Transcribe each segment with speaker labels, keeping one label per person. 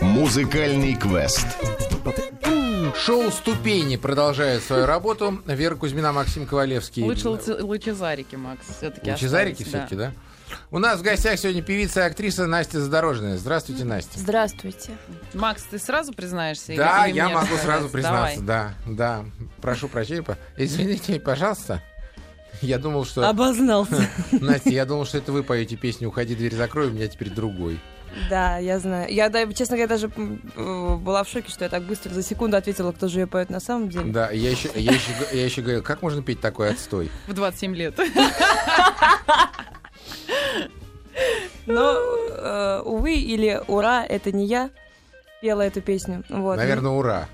Speaker 1: Музыкальный квест.
Speaker 2: Шоу «Ступени» продолжает свою работу. Вера Кузьмина, Максим Ковалевский.
Speaker 3: Лучше луце- лучезарики, Макс, все-таки
Speaker 2: Лучезарики все-таки, да? У нас в гостях сегодня певица и актриса Настя Задорожная. Здравствуйте, Настя.
Speaker 4: Здравствуйте.
Speaker 3: Макс, ты сразу признаешься? или-
Speaker 2: Да,
Speaker 3: или
Speaker 2: я
Speaker 3: мне
Speaker 2: могу
Speaker 3: рассказать?
Speaker 2: сразу признаться,
Speaker 3: Давай.
Speaker 2: да, да. Прошу прощения, па- извините, пожалуйста. Я думал, что...
Speaker 4: Обознался.
Speaker 2: Настя, я думал, что это вы поете песню «Уходи, дверь закрой», у меня теперь другой.
Speaker 4: Да, я знаю. Я, да, честно говоря, даже м, э, была в шоке, что я так быстро за секунду ответила, кто же ее поет на самом деле.
Speaker 2: Да, я еще, я еще, я еще говорил, как можно петь такой отстой?
Speaker 3: В 27 лет.
Speaker 4: Но, э, увы или ура, это не я пела эту песню. Вот.
Speaker 2: Наверное, ура.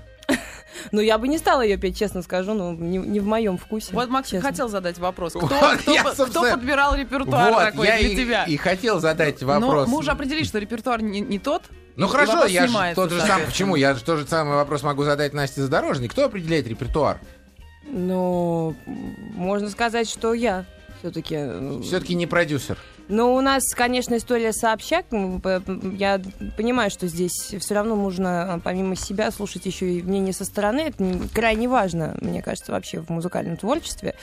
Speaker 4: Ну, я бы не стала ее петь, честно скажу, ну, не, не в моем вкусе.
Speaker 3: Вот Макс
Speaker 4: честно.
Speaker 3: хотел задать вопрос. Кто,
Speaker 2: Вот
Speaker 3: кто
Speaker 2: я,
Speaker 3: по- кто
Speaker 2: собственно,
Speaker 3: подбирал репертуар
Speaker 2: вот,
Speaker 3: такой
Speaker 2: я
Speaker 3: для
Speaker 2: и,
Speaker 3: тебя?
Speaker 2: и хотел задать
Speaker 3: Ну,
Speaker 2: вопрос.
Speaker 3: мы уже определили, что репертуар не, не тот.
Speaker 2: Ну
Speaker 3: и
Speaker 2: хорошо,
Speaker 3: вопрос
Speaker 2: я же
Speaker 3: снимается,
Speaker 2: тот же сам.
Speaker 3: соответственно.
Speaker 2: Почему? Я же тот же самый вопрос могу задать Насте Задорожной. Кто определяет репертуар?
Speaker 4: Ну, м, можно сказать, что я э, все-таки.
Speaker 2: Все-таки не продюсер.
Speaker 4: Но Ну, у нас, конечно, история сообщак. М, п- п- Я понимаю, что здесь все равно нужно, э, помимо себя, слушать еще и мнение со стороны. Это м, крайне важно, мне кажется, вообще в музыкальном творчестве.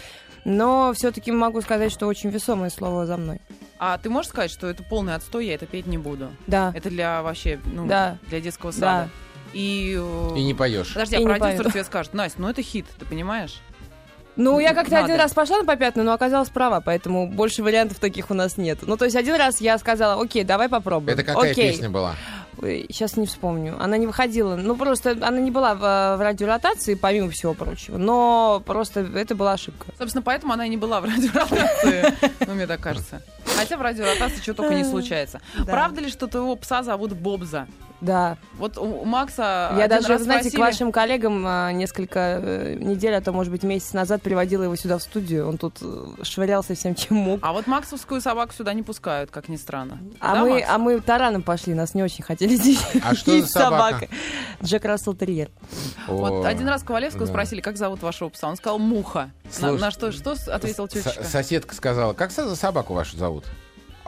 Speaker 4: Но все-таки могу сказать, что очень весомое слово за мной.
Speaker 3: А ты можешь сказать, что это полный отстой, я это петь не буду?
Speaker 4: Да,
Speaker 3: Это для вообще, ну,
Speaker 4: Да.
Speaker 3: для детского
Speaker 4: да.
Speaker 3: сада. И, э,
Speaker 2: И не поешь.
Speaker 3: Подожди, а
Speaker 4: И не
Speaker 3: продюсер
Speaker 4: пою.
Speaker 3: тебе скажет, Настя, ну это хит, ты понимаешь?
Speaker 4: Ну, я как-то
Speaker 3: Надо.
Speaker 4: один раз пошла на попятную, но оказалась права, поэтому больше вариантов таких у нас нет. Ну, то есть один раз я сказала, окей, давай попробуем.
Speaker 2: Это какая
Speaker 4: окей.
Speaker 2: песня была?
Speaker 4: Сейчас не вспомню. Она не выходила. Ну, просто она не была в, в радиоротации, помимо всего прочего. Но просто это была ошибка.
Speaker 3: Собственно, поэтому она и не была в радиоротации, ну, мне так кажется. Хотя в радиоротации чего только
Speaker 4: Э,
Speaker 3: не случается. Правда ли, что твоего пса зовут Бобза?
Speaker 4: Да.
Speaker 3: Вот у- у Макса
Speaker 4: я
Speaker 3: один
Speaker 4: даже,
Speaker 3: раз
Speaker 4: знаете, к
Speaker 3: спросили-
Speaker 4: вашим коллегам а, несколько э, недель, а то, может быть, месяц назад приводила его сюда в студию. Он тут э, швырялся всем, чем мог.
Speaker 3: А вот максовскую собаку сюда не пускают, как ни странно.
Speaker 4: А,
Speaker 3: Да,
Speaker 4: мы,
Speaker 3: Макс?
Speaker 4: а мы тараном пошли, нас не очень хотели здесь.
Speaker 2: А что за
Speaker 4: с
Speaker 2: собака?
Speaker 4: собакой. Джек Рассел Терьер.
Speaker 3: Вот
Speaker 2: О,
Speaker 3: один раз Ковалевского
Speaker 2: да.
Speaker 3: спросили, как зовут вашего пса. Он сказал Муха. На-
Speaker 2: Слушай,
Speaker 3: на, что, что с- ответил
Speaker 2: со-
Speaker 3: тетечка?
Speaker 2: Соседка сказала, как со- за собаку вашу зовут?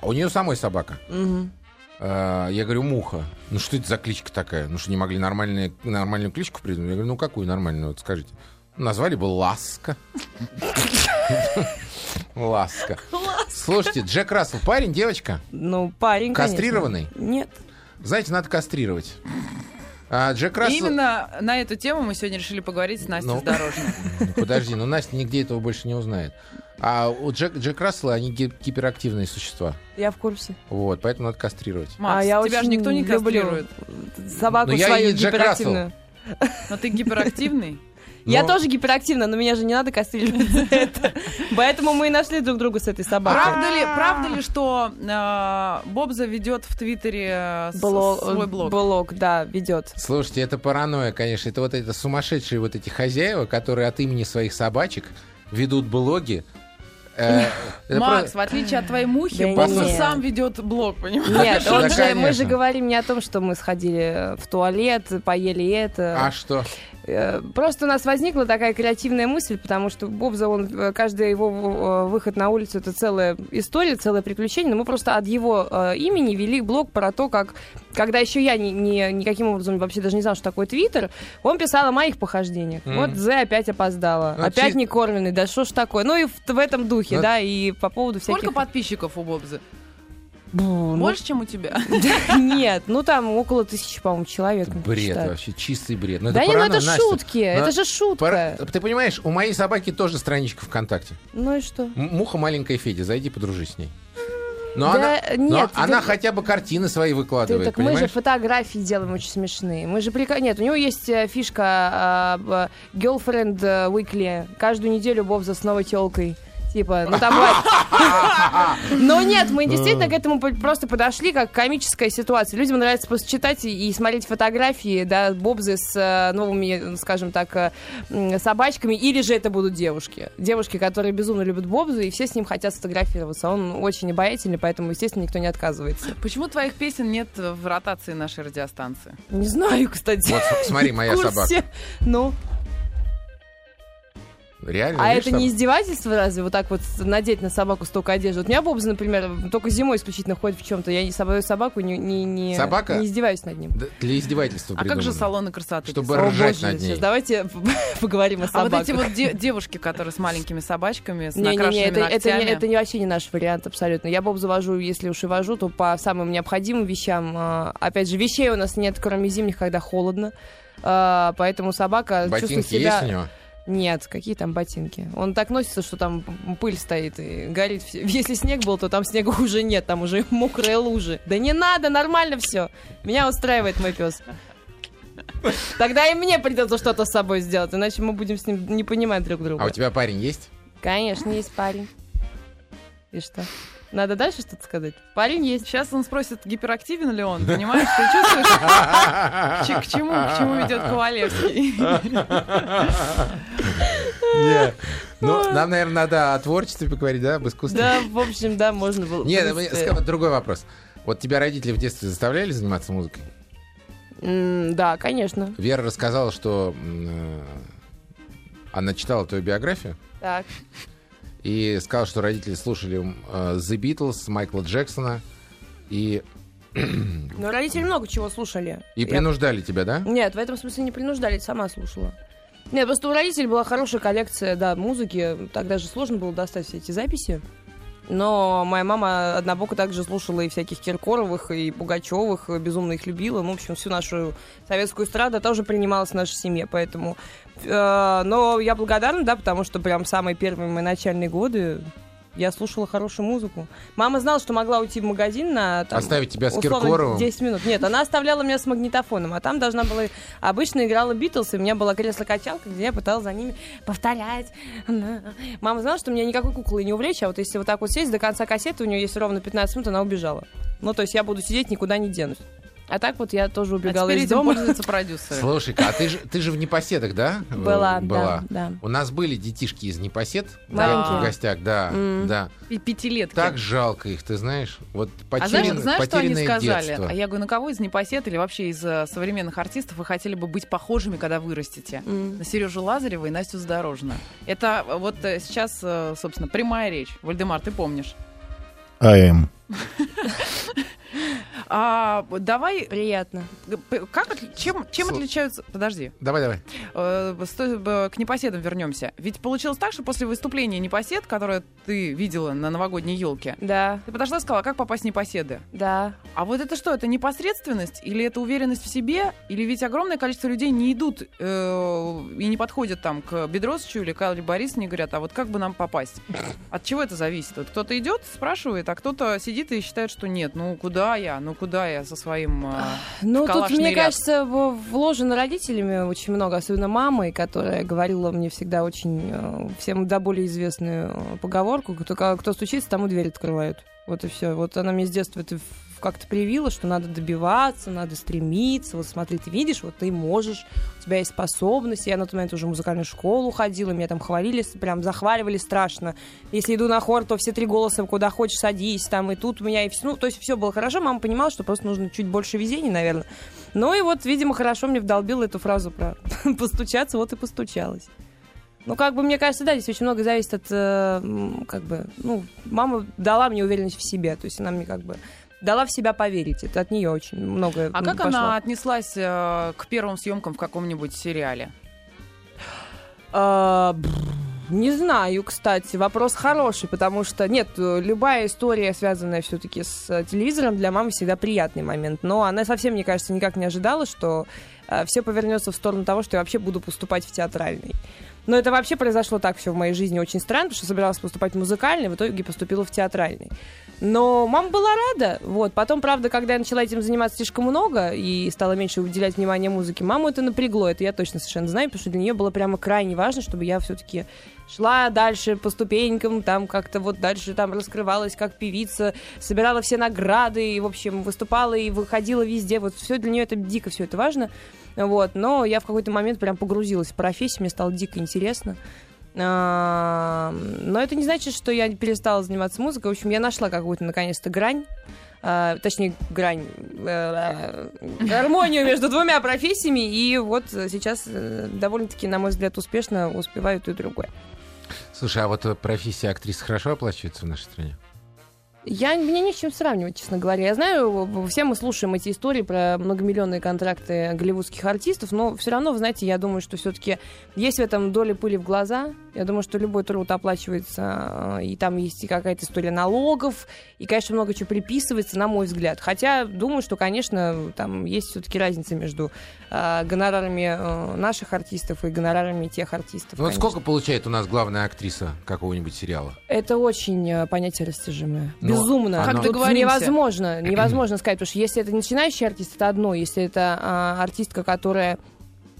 Speaker 2: А у нее самой собака.
Speaker 4: Мгм.
Speaker 2: Э, Я говорю, муха. Ну что это за кличка такая? Ну что не могли нормальные- нормальную кличку придумать? Я говорю, ну какую нормальную, вот скажите. Назвали бы Ласка. Ласка. Слушайте, Джек Рассел, парень, девочка?
Speaker 4: Ну, парень, конечно.
Speaker 2: Кастрированный?
Speaker 4: Нет.
Speaker 2: Знаете, надо кастрировать. А Джек Рассел...
Speaker 3: Именно на эту тему мы сегодня решили поговорить с Настей
Speaker 2: Ну.
Speaker 3: Здорожной.
Speaker 2: Ну, Подожди, ну Настя нигде этого больше не узнает. А у Джек, Джек Рассела они ги- гиперактивные существа.
Speaker 4: Я в курсе.
Speaker 2: Вот, поэтому надо кастрировать.
Speaker 3: Макс,
Speaker 4: а я
Speaker 3: тебя же
Speaker 4: очень
Speaker 3: никто не
Speaker 4: люблю
Speaker 3: кастрирует.
Speaker 4: Собаку
Speaker 2: Но Ну, я и
Speaker 4: свою
Speaker 2: не Джек
Speaker 4: гиперактивную.
Speaker 3: Но ты гиперактивный.
Speaker 4: Я
Speaker 2: Но-
Speaker 4: тоже гиперактивна, но меня же не надо кастрировать за это. Поэтому мы и нашли друг друга с этой собакой.
Speaker 3: Правда ли, правда ли, что э, Боб заведет в Твиттере э, с-
Speaker 4: Бло-
Speaker 3: свой блог?
Speaker 4: Блог, да, ведет.
Speaker 2: Слушайте, это паранойя, конечно. Это вот это сумасшедшие вот эти хозяева, которые от имени своих собачек ведут блоги. Э, это
Speaker 3: Макс,
Speaker 2: про-
Speaker 3: в отличие от твоей мухи,
Speaker 4: Да
Speaker 3: Боб же
Speaker 4: нет.
Speaker 3: сам ведет блог, понимаешь?
Speaker 4: Нет,
Speaker 2: Да,
Speaker 4: он же, мы
Speaker 2: конечно.
Speaker 4: же говорим не о том, что мы сходили в туалет, поели
Speaker 2: А
Speaker 4: это.
Speaker 2: что?
Speaker 4: Э, Просто у нас возникла такая креативная мысль, потому что Бобза, он, э, каждый его э, выход на улицу, это целая история, целое приключение, но мы просто от его э, имени вели блог про то, как, когда еще я ни, ни- никаким образом вообще даже не знала, что такое Твиттер, он писал о моих похождениях.
Speaker 2: Мгм.
Speaker 4: Вот Зе опять опоздала,
Speaker 2: Ну,
Speaker 4: опять
Speaker 2: чи-
Speaker 4: не кормленный, да что ж такое. Ну и в, в этом духе,
Speaker 2: Ну,
Speaker 4: да, и по поводу всяких...
Speaker 3: Сколько подписчиков у Бобзы?
Speaker 4: Бу, ну,
Speaker 3: Больше, чем у тебя?
Speaker 4: Нет, ну там около тысячи, по-моему, человек.
Speaker 2: Это
Speaker 4: он
Speaker 2: бред
Speaker 4: читает.
Speaker 2: вообще, чистый бред. Ну,
Speaker 4: Да не, ну
Speaker 2: паранойя,
Speaker 4: это
Speaker 2: Настя.
Speaker 4: шутки,
Speaker 2: Но
Speaker 4: это же
Speaker 2: пара-
Speaker 4: шутка.
Speaker 2: Ты понимаешь, у моей собаки тоже страничка ВКонтакте.
Speaker 4: Ну и что?
Speaker 2: М- Муха маленькая Федя, зайди подружись с ней. Но
Speaker 4: Да,
Speaker 2: она,
Speaker 4: нет,
Speaker 2: но
Speaker 4: ты-
Speaker 2: она хотя бы картины свои
Speaker 4: Ты
Speaker 2: выкладывает,
Speaker 4: так мы же
Speaker 2: понимаешь?
Speaker 4: фотографии делаем очень смешные. Мы же прика... Нет, у него есть э, фишка э, б- Girlfriend э, Weekly. Каждую неделю Боб за с новой телкой. Типа, ну там бывает. Но нет, мы действительно к этому по- просто подошли как комическая ситуация. Людям нравится просто читать и и смотреть фотографии, да, Бобзы с э, новыми, скажем так, э, м, собачками. Или же это будут девушки. Девушки, которые безумно любят Бобзу, и все с ним хотят сфотографироваться. Он очень обаятельный, поэтому, естественно, никто не отказывается.
Speaker 3: Почему твоих песен нет в ротации нашей радиостанции?
Speaker 4: Не знаю, кстати.
Speaker 2: Вот, смотри, моя
Speaker 4: В
Speaker 2: собака.
Speaker 4: курсе. Ну,
Speaker 2: Реально.
Speaker 4: А
Speaker 2: видишь,
Speaker 4: это
Speaker 2: там-
Speaker 4: не издевательство разве? Вот так вот с- надеть на собаку столько одежды. Вот у меня Бобза, например, только зимой исключительно ходит в чем-то. Я не собою собаку не, не, не,
Speaker 2: Собака?
Speaker 4: не издеваюсь над ним.
Speaker 2: Да, Для издевательства
Speaker 3: А как же
Speaker 2: придумано.
Speaker 3: салоны красоты?
Speaker 2: Чтобы
Speaker 4: О,
Speaker 2: ржать
Speaker 4: боже,
Speaker 2: над ней.
Speaker 4: сейчас давайте поговорим о
Speaker 3: А
Speaker 4: собаках.
Speaker 3: вот эти вот де- девушки, которые с маленькими собачками, с
Speaker 4: Не-не-не,
Speaker 3: накрашенными
Speaker 4: это, это, не-
Speaker 3: ногтями.
Speaker 4: это не вообще не наш вариант абсолютно. Я боб завожу, если уж и вожу, то по самым необходимым вещам. А, Опять же, вещей у нас нет, кроме зимних, когда холодно. А, Поэтому собака чувствует
Speaker 2: Ботинки
Speaker 4: себя...
Speaker 2: есть у него?
Speaker 4: Нет, какие там ботинки? Он так носится, что там пыль стоит и горит. всё. Если снег был, то там снега уже нет, там уже мокрые лужи. Да не надо, нормально все. Меня устраивает мой пес. Тогда и мне придется что-то с собой сделать, иначе мы будем с ним не понимать друг друга.
Speaker 2: А у тебя парень есть?
Speaker 4: Конечно, есть парень. И что? Надо дальше что-то сказать? Парень есть.
Speaker 3: Сейчас он спросит, гиперактивен ли он, понимаешь? Ты чувствуешь, че- к чему, к чему идет Ковалевский?
Speaker 2: Нет. Ну, нам, наверное, надо о творчестве поговорить, да, об искусстве.
Speaker 4: Да, в общем, да, можно было. э, в
Speaker 2: Нет,
Speaker 4: принципе.
Speaker 2: мне ска- другой вопрос. Вот тебя родители в детстве заставляли заниматься музыкой?
Speaker 4: М, Да, конечно.
Speaker 2: Вера рассказала, что м, э, она читала твою биографию
Speaker 4: Так.
Speaker 2: и сказала, что родители слушали м, э, The Beatles, Майкла Джексона и,
Speaker 4: Но родители много чего слушали.
Speaker 2: и
Speaker 4: Я-
Speaker 2: принуждали тебя, да?
Speaker 4: Нет, в этом смысле не принуждали, сама слушала. Нет, просто у родителей была хорошая коллекция, да, музыки. Тогда же сложно было достать все эти записи. Но моя мама однобоко также слушала и всяких Киркоровых, и Пугачевых, и безумно их любила. Ну, в общем, всю нашу советскую эстраду тоже принималась в нашей семье, поэтому... э, но я благодарна, да, потому что прям самые первые мои начальные годы я слушала хорошую музыку. Мама знала, что могла уйти в магазин на... там,
Speaker 2: Оставить тебя с
Speaker 4: условно,
Speaker 2: Киркоровым.
Speaker 4: 10 минут. Нет, она оставляла меня с магнитофоном, а там должна была... Обычно играла Битлз, и у меня была кресло-качалка, где я пыталась за ними повторять. Мама знала, что меня никакой куклы не увлечь, а вот если вот так вот сесть до конца кассеты, у нее есть ровно 15 минут, она убежала. Ну, то есть я буду сидеть, никуда не денусь. А так вот я тоже
Speaker 3: А
Speaker 4: убегала
Speaker 3: теперь
Speaker 4: из
Speaker 3: этим
Speaker 4: дома.
Speaker 3: пользуются продюсеры.
Speaker 2: Слушай-ка, а ты же, ты же в непоседах, да? э,
Speaker 4: Была,
Speaker 2: Была.
Speaker 4: да, да.
Speaker 2: У нас были детишки из непосед
Speaker 4: Маленькие.
Speaker 2: в гостях, да,
Speaker 4: Мгм.
Speaker 2: да.
Speaker 3: Пи- Пятилетки.
Speaker 2: Так жалко их, ты знаешь. Вот
Speaker 3: а знаешь,
Speaker 2: потерян-
Speaker 3: знаешь, что они
Speaker 2: потерянное
Speaker 3: сказали?
Speaker 2: детство.
Speaker 3: А я говорю, на кого из непосед или вообще из э, современных артистов вы хотели бы быть похожими, когда вырастете?
Speaker 4: М.
Speaker 3: На Сережу Лазарева и Настю Задорожную. Это э, вот э, сейчас, э, собственно, прямая речь. Вальдемар, ты помнишь.
Speaker 1: АМ.
Speaker 3: А, давай,
Speaker 4: Приятно.
Speaker 3: э, п- как, отли- чем, чем
Speaker 2: Слу-
Speaker 3: отличаются... Подожди.
Speaker 2: Давай, давай.
Speaker 3: Э, сто- э, к непоседам вернемся. Ведь получилось так, что после выступления непосед, которое ты видела на новогодней елке,
Speaker 4: Да,
Speaker 3: ты подошла и сказала, «А как попасть в непоседы.
Speaker 4: да.
Speaker 3: А вот это что, это непосредственность или это уверенность в себе? Или ведь огромное количество людей не идут э, и не подходят там к Бедросовичу или Калле Борисовне и говорят, а вот как бы нам попасть? От чего это зависит? Вот кто-то идет, спрашивает, а кто-то сидит и считает, что нет, ну куда я, ну куда я со своим... э,
Speaker 4: Ну, тут,
Speaker 3: Калашный
Speaker 4: мне
Speaker 3: ряд.
Speaker 4: кажется, в- вложено родителями очень много, особенно мамой, которая говорила мне всегда очень э, всем до более известную э, поговорку, кто, ко- кто стучится, тому дверь открывают. Вот и все. Вот она мне с детства это в- как-то привила, что надо добиваться, надо стремиться. Вот смотри, ты видишь, вот ты можешь, у тебя есть способность. Я на тот момент уже в музыкальную школу ходила, меня там хвалили, с- прям захваливали страшно. Если иду на хор, то все три голоса куда хочешь садись, там и тут у меня и все. Ну, то есть все было хорошо, мама понимала, что просто нужно чуть больше везения, наверное. Ну и вот, видимо, хорошо мне вдолбила эту фразу про постучаться, вот и постучалась. Ну, как бы, мне кажется, да, здесь очень много зависит от, э, м, как бы, ну, мама дала мне уверенность в себе, то есть она мне как бы дала в себя поверить, это от нее очень много
Speaker 3: А как она отнеслась э, к первым съемкам в каком-нибудь сериале?
Speaker 4: А, бр, Не знаю, кстати, вопрос хороший, потому что нет, э, любая история, связанная все-таки с э, телевизором, для мамы всегда приятный момент. Но она совсем, мне кажется, никак не ожидала, что э, все повернется в сторону того, что я вообще буду поступать в театральный. Но это вообще произошло так все в моей жизни очень странно, потому что собиралась поступать в музыкальный, в итоге поступила в театральный. Но мама была рада. Вот. Потом, правда, когда я начала этим заниматься слишком много и стала меньше уделять внимания музыке, маму это напрягло. Это я точно совершенно знаю, потому что для нее было прямо крайне важно, чтобы я все-таки шла дальше по ступенькам, там как-то вот дальше там раскрывалась как певица, собирала все награды и, в общем, выступала и выходила везде. Вот все для нее это дико, все это важно. Вот. Но я в какой-то момент прям погрузилась в профессию, мне стало дико интересно. А, Но это не значит, что я перестала заниматься музыкой. В общем, я нашла какую-то наконец-то грань. а, Точнее, грань, э, гармонию между двумя профессиями. И вот э, сейчас э, довольно-таки, на мой взгляд, успешно успеваю то и другое.
Speaker 2: Слушай, а вот э, профессия актрисы хорошо оплачивается в нашей стране? Ну,
Speaker 4: Я, мне не с чем сравнивать, честно говоря. Я знаю, в- все мы слушаем эти истории про многомиллионные контракты голливудских артистов, но все равно, вы знаете, я думаю, что все-таки есть в этом доля пыли в глаза. Я думаю, что любой труд оплачивается, э, и там есть и какая-то история налогов, и, конечно, много чего приписывается, на мой взгляд. Хотя думаю, что, конечно, там есть все-таки разница между э, гонорарами э, наших артистов и гонорарами тех артистов.
Speaker 2: Ну, вот
Speaker 4: конечно.
Speaker 2: сколько получает у нас главная актриса какого-нибудь сериала?
Speaker 4: Это очень э, понятие растяжимое.
Speaker 2: Ну,
Speaker 4: Безумно.
Speaker 2: Как оно-
Speaker 4: Тут
Speaker 3: договоримся.
Speaker 4: невозможно, невозможно сказать, потому что если это начинающий артист, это одно. Если это а, артистка, которая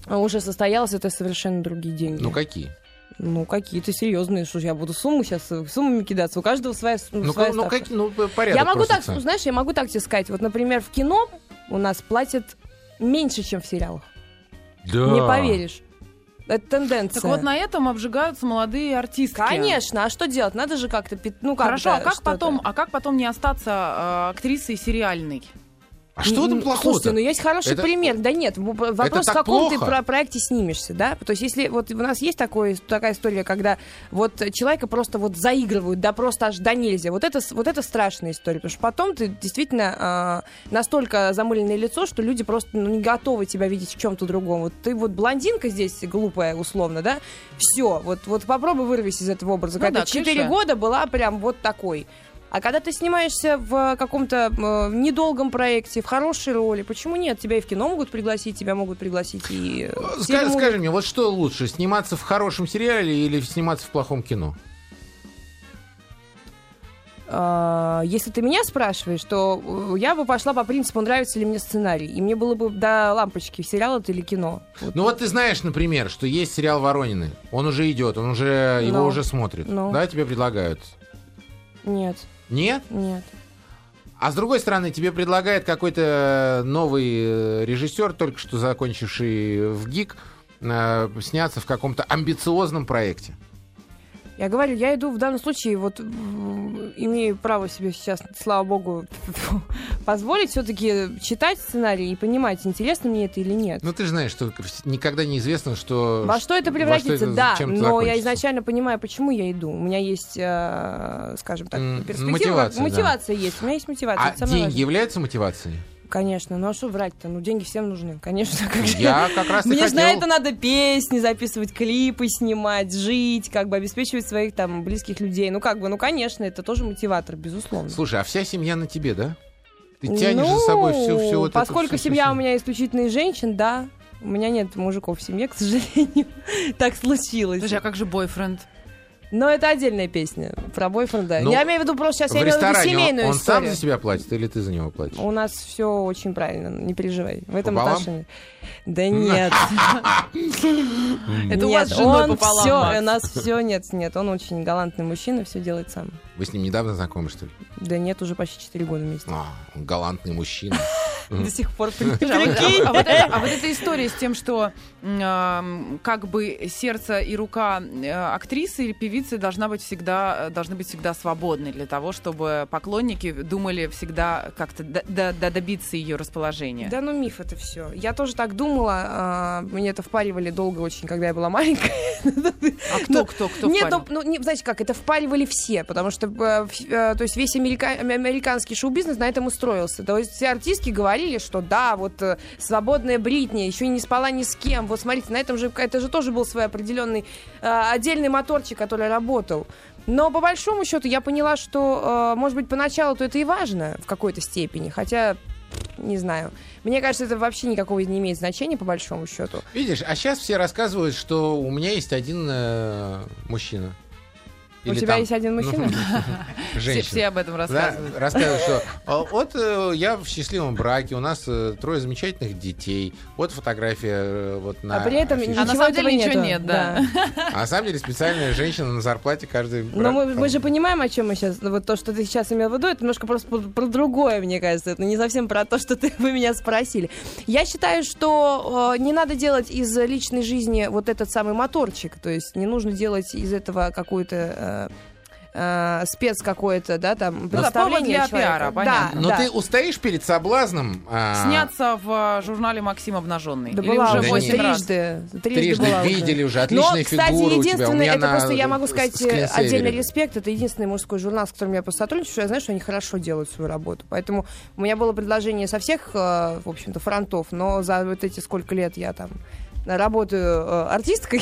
Speaker 4: а, уже состоялась, это совершенно другие деньги.
Speaker 2: Ну, какие?
Speaker 4: Ну, какие-то серьезные. Что ж, я буду сумму сейчас э, суммами кидаться. У каждого своя, с-
Speaker 2: Ну,
Speaker 4: своя
Speaker 2: ка- ну,
Speaker 4: ставка.
Speaker 2: какие? Ну, п- порядок
Speaker 4: Я могу
Speaker 2: просто
Speaker 4: так,
Speaker 2: цен.
Speaker 4: знаешь, я могу так тебе сказать. Вот, например, в кино у нас платят меньше, чем в сериалах.
Speaker 2: Да.
Speaker 4: Не поверишь. Это тенденция.
Speaker 3: Так вот на этом обжигаются молодые артистки.
Speaker 4: Конечно, а что делать? Надо же как-то, пи- ну как
Speaker 3: Хорошо, а как
Speaker 4: что-то.
Speaker 3: потом, а как потом не остаться э, актрисой сериальной?
Speaker 2: А что
Speaker 4: М,
Speaker 2: там
Speaker 4: м,
Speaker 2: плохого-то?
Speaker 4: Слушайте, ну есть хороший
Speaker 2: Это-
Speaker 4: пример. Да нет, в- в- вопрос, в
Speaker 2: так
Speaker 4: каком ты
Speaker 2: плохо?
Speaker 4: про- проекте снимешься, да? То есть если вот у нас есть такое, такая история, когда вот человека просто вот заигрывают, да просто аж до нельзя. Вот это, с- вот это страшная история, потому что потом ты действительно э, настолько замыленное лицо, что люди просто ну, не готовы тебя видеть в чем-то другом. Вот ты вот блондинка здесь глупая условно, да? Все, вот, вот попробуй вырвись из этого образа.
Speaker 3: Ну
Speaker 4: когда
Speaker 3: да,
Speaker 4: ты 4
Speaker 3: клише.
Speaker 4: года была прям вот такой. А когда ты снимаешься в каком-то э, недолгом проекте, в хорошей роли, почему нет? Тебя и в кино могут пригласить, тебя могут пригласить и... э,
Speaker 2: Ска-
Speaker 4: в фильмы.
Speaker 2: Скажи мне, вот что лучше, сниматься в хорошем сериале или сниматься в плохом кино?
Speaker 4: А, если ты меня спрашиваешь, то э, я бы пошла по принципу, нравится ли мне сценарий. И мне было бы до лампочки, сериал это или кино.
Speaker 2: Ну вот ты знаешь, например, что есть сериал Воронины. Он уже идет, он уже его
Speaker 4: Ну.
Speaker 2: уже смотрит.
Speaker 4: Ну.
Speaker 2: Да, тебе предлагают.
Speaker 4: Нет,
Speaker 2: Нет?
Speaker 4: нет.
Speaker 2: А с другой стороны, тебе предлагает какой-то новый э, режиссер, только что закончивший в ГИК, э, сняться в каком-то амбициозном проекте.
Speaker 4: Я говорю, я иду в данном случае, вот м, имею право себе сейчас, слава богу, позволить все-таки читать сценарий и понимать, интересно мне это или нет.
Speaker 2: Ну ты же знаешь, что никогда неизвестно, что...
Speaker 4: Во что это
Speaker 2: во
Speaker 4: превратится,
Speaker 2: это-
Speaker 4: да.
Speaker 2: чем это
Speaker 4: Но я
Speaker 2: закончится.
Speaker 4: изначально понимаю, почему я иду. У меня есть, э, скажем так,
Speaker 2: М,
Speaker 4: перспектива.
Speaker 2: мотивация, да.
Speaker 4: Мотивация есть. У меня есть мотивация.
Speaker 2: А
Speaker 4: это
Speaker 2: деньги
Speaker 4: самое важное.
Speaker 2: являются мотивацией?
Speaker 4: Конечно. Ну а что врать-то? Ну деньги всем нужны, конечно. как же.
Speaker 2: Я как раз и
Speaker 4: Мне же на
Speaker 2: хотел-
Speaker 4: это надо песни записывать, клипы снимать, жить, как бы обеспечивать своих там близких людей. Ну как бы, ну конечно, это тоже мотиватор, безусловно.
Speaker 2: Слушай, а вся семья на тебе, да? Ты тянешь
Speaker 4: Ну,
Speaker 2: за собой всю, всю вот эту
Speaker 4: Поскольку
Speaker 2: всю- всю-
Speaker 4: семья
Speaker 2: всю-
Speaker 4: у меня исключительно из женщин, да. У меня нет мужиков в семье, к сожалению. так случилось.
Speaker 3: Слушай, а как же бойфренд?
Speaker 4: Но это отдельная песня про бойфренда.
Speaker 2: Ну,
Speaker 4: я имею в виду просто сейчас, я
Speaker 2: в
Speaker 4: имею в виду
Speaker 2: ресторане
Speaker 4: семейную
Speaker 2: он, он сам
Speaker 4: историю.
Speaker 2: за себя платит или ты за него платишь?
Speaker 4: У нас все очень правильно, не переживай. В этом
Speaker 2: Пополам?
Speaker 4: отношении. Да нет.
Speaker 3: Это у вас с
Speaker 4: Нет,
Speaker 3: женой
Speaker 4: он
Speaker 3: пополам,
Speaker 4: всё,
Speaker 3: Макс.
Speaker 4: у нас все нет, нет. Он очень галантный мужчина, все делает сам.
Speaker 2: Вы с ним недавно знакомы, что ли?
Speaker 4: Да нет, уже почти 4 года вместе.
Speaker 2: А, он галантный мужчина.
Speaker 4: До сих пор.
Speaker 3: Слушай, а вот-
Speaker 4: прикинь.
Speaker 3: а вот это- а вот эта история с тем, что м, эм, как бы сердце и рука э, актрисы или певицы должна быть всегда, э, должны быть всегда свободны для того, чтобы поклонники думали всегда как-то до- до- до- добиться ее расположения.
Speaker 4: Да ну миф это все. Я тоже так думала. а, Мне это впаривали долго очень, когда я была маленькая.
Speaker 3: А кто, кто, кто
Speaker 4: Нет,
Speaker 3: впарил?
Speaker 4: ну, ну, не, знаете как, это впаривали все, потому что, э, в- э, то есть весь америка- ам- американский шоу-бизнес на этом устроился. То есть все артистки говорили, что да, вот э, свободная Бритни, еще и не спала ни с кем. Вот смотрите, на этом же, это же тоже был свой определенный э, отдельный моторчик, который работал. Но по большому счету я поняла, что, э, может быть, поначалу-то это и важно в какой-то степени, хотя не знаю. Мне кажется, это вообще никакого не имеет значения, по большому счету.
Speaker 2: Видишь, а сейчас все рассказывают, что у меня есть один э, мужчина.
Speaker 4: У тебя есть один
Speaker 2: ну,
Speaker 4: мужчина?
Speaker 3: Все, все
Speaker 2: Женщина.
Speaker 3: об
Speaker 2: Да,
Speaker 3: этом рассказывают.
Speaker 2: рассказывают, что «А вот э, я в счастливом браке, у нас э, трое замечательных детей, вот фотография э, вот на
Speaker 4: А при этом
Speaker 2: афише».
Speaker 3: А на
Speaker 4: ничего
Speaker 3: самом
Speaker 4: этого
Speaker 3: деле ничего
Speaker 4: нету.
Speaker 3: нет, да.
Speaker 2: А на самом деле специальная женщина на зарплате каждый
Speaker 4: Но
Speaker 2: брак
Speaker 4: Ну, мы, мы
Speaker 2: там.
Speaker 4: же понимаем, о чем мы сейчас. Вот то, что ты сейчас имел в виду, это немножко просто про, про другое, мне кажется. Это не совсем про то, что ты, вы меня спросили. Я считаю, что э, не надо делать из личной жизни вот этот самый моторчик. То есть не нужно делать из этого какую-то э, э, спец какое-то, да, там,
Speaker 3: да,
Speaker 4: представление
Speaker 3: повод для
Speaker 4: человека.
Speaker 3: пиара,
Speaker 4: Да,
Speaker 3: понятно.
Speaker 2: Но
Speaker 4: да.
Speaker 2: Ну, ты устоишь перед соблазном? а,
Speaker 3: Сняться в э, журнале «Максим обнаженный».
Speaker 4: Да
Speaker 3: Или
Speaker 4: была
Speaker 3: уже
Speaker 2: Да
Speaker 4: уже
Speaker 2: восемь
Speaker 3: восемь
Speaker 4: трижды,
Speaker 3: раз.
Speaker 4: трижды.
Speaker 2: Трижды
Speaker 4: была уже.
Speaker 2: видели уже,
Speaker 4: Но,
Speaker 2: отличная фигура
Speaker 4: кстати,
Speaker 2: у тебя. У
Speaker 4: единственный,
Speaker 2: меня
Speaker 4: это
Speaker 2: на-
Speaker 4: просто, я могу
Speaker 2: с-
Speaker 4: сказать, э,
Speaker 2: с Клинсевере.
Speaker 4: отдельный респект, это единственный мужской журнал, с которым я посотрудничаю, что я знаю, что они хорошо делают свою работу. Поэтому у меня было предложение со всех, э, в общем-то, фронтов, но за вот эти сколько лет я там работаю э, артисткой,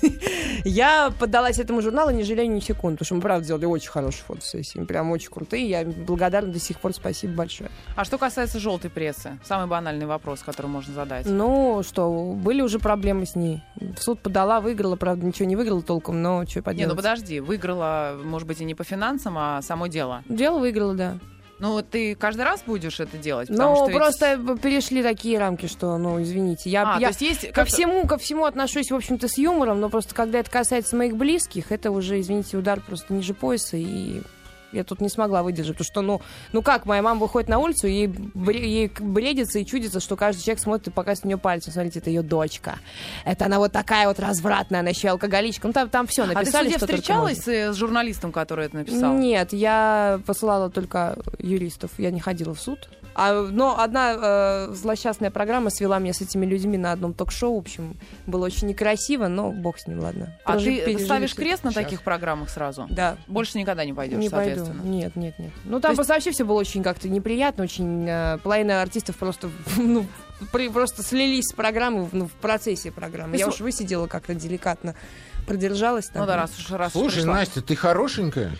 Speaker 4: я поддалась этому журналу, не жалею ни секунды, потому что мы, правда, делали очень хорошие фотосессии, прям очень крутые, я им благодарна до сих пор, спасибо большое.
Speaker 3: А что касается желтой прессы, самый банальный вопрос, который можно задать.
Speaker 4: Ну что, были уже проблемы с ней. В суд подала, выиграла, правда, ничего не выиграла толком, но что
Speaker 3: Не,
Speaker 4: поделать.
Speaker 3: ну подожди, выиграла, может быть, и не по финансам, а само дело.
Speaker 4: Дело выиграла, да.
Speaker 3: Ну, ты каждый раз будешь это делать, потому
Speaker 4: Но
Speaker 3: что ведь-
Speaker 4: Ну, просто перешли такие рамки, что, ну, извините, я,
Speaker 3: А,
Speaker 4: я
Speaker 3: то есть есть
Speaker 4: ко
Speaker 3: как-то-
Speaker 4: всему, ко всему отношусь, в общем-то, с юмором, но просто когда это касается моих близких, это уже, извините, удар просто ниже пояса, и я тут не смогла выдержать, потому что, ну, ну как, моя мама выходит на улицу, ей, бре- ей к- бредится и чудится, что каждый человек смотрит и показывает на нее пальцем, смотрите, это ее дочка, это она вот такая вот развратная, она еще и алкоголичка, ну там, там все
Speaker 3: А ты в
Speaker 4: написали,
Speaker 3: суде
Speaker 4: что только
Speaker 3: встречалась э, с журналистом, который это написал?
Speaker 4: нет, я посылала только юристов, я не ходила в суд. А, но одна э, злосчастная программа свела меня с этими людьми на одном ток-шоу. В общем, было очень некрасиво, но бог с ним, ладно.
Speaker 3: А
Speaker 4: Прожи-
Speaker 3: ты
Speaker 4: пережили
Speaker 3: ставишь
Speaker 4: всё.
Speaker 3: крест на
Speaker 2: Сейчас.
Speaker 3: таких программах сразу?
Speaker 4: Да.
Speaker 3: Больше никогда не пойдешь,
Speaker 4: Не пойду.
Speaker 3: соответственно.
Speaker 4: Нет, нет, нет. Ну
Speaker 3: То
Speaker 4: там
Speaker 3: есть-
Speaker 4: просто вообще все было очень как-то неприятно, очень э, половина артистов просто ну, при- просто слились с программы ну, в процессе программы.
Speaker 3: Ты
Speaker 4: Я
Speaker 3: см-
Speaker 4: уж высидела как-то деликатно, продержалась там.
Speaker 3: Ну да, раз уж раз уж
Speaker 2: Слушай,
Speaker 3: пришла.
Speaker 2: Настя, ты хорошенькая.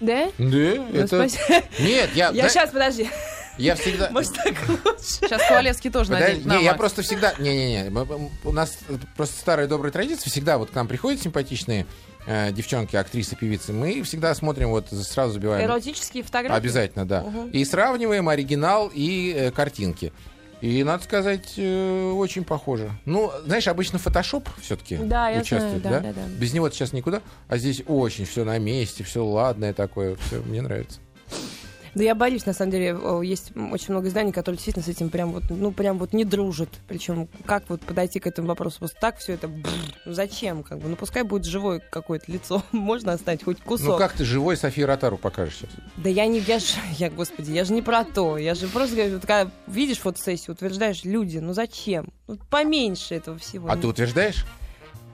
Speaker 4: Да?
Speaker 2: Да,
Speaker 4: Ну,
Speaker 2: это...
Speaker 4: спасибо.
Speaker 2: Нет, я...
Speaker 4: Я
Speaker 2: да,
Speaker 4: сейчас, подожди,
Speaker 2: Я всегда...
Speaker 4: может так лучше.
Speaker 3: Сейчас Ковалевский тоже
Speaker 2: Подожди,
Speaker 3: наденет на
Speaker 2: не, я
Speaker 3: Макс.
Speaker 2: просто всегда... Не-не-не, мы- мы- у нас э, просто старая добрая традиция, всегда вот к нам приходят симпатичные э, девчонки, актрисы, певицы, мы всегда смотрим, вот за- сразу забиваем.
Speaker 4: Эротические фотографии?
Speaker 2: Обязательно, да.
Speaker 4: Мгм.
Speaker 2: И сравниваем оригинал и э, картинки. И, надо сказать, э, очень похоже. Ну, знаешь, обычно фотошоп все-таки
Speaker 4: Да, я
Speaker 2: участвует,
Speaker 4: знаю, да,
Speaker 2: да?
Speaker 4: да, да.
Speaker 2: Без него сейчас никуда. А здесь очень все на месте, все ладное такое. Все, мне нравится.
Speaker 4: Да я боюсь, на самом деле, э, есть м, очень много изданий, которые действительно с этим прям вот, ну, прям вот не дружат. Причем, как вот подойти к этому вопросу? Просто так все это, бф, ну, зачем, как бы? Ну, пускай будет живое какое-то лицо, можно оставить хоть кусок.
Speaker 2: Ну, как ты живой Софии Ротару покажешь сейчас?
Speaker 4: Да я не, я же, я, господи, я же не про то. Я же просто говорю, вот когда видишь фотосессию, утверждаешь, люди, ну зачем? Ну, поменьше этого всего.
Speaker 2: А
Speaker 4: Ну,
Speaker 2: ты утверждаешь?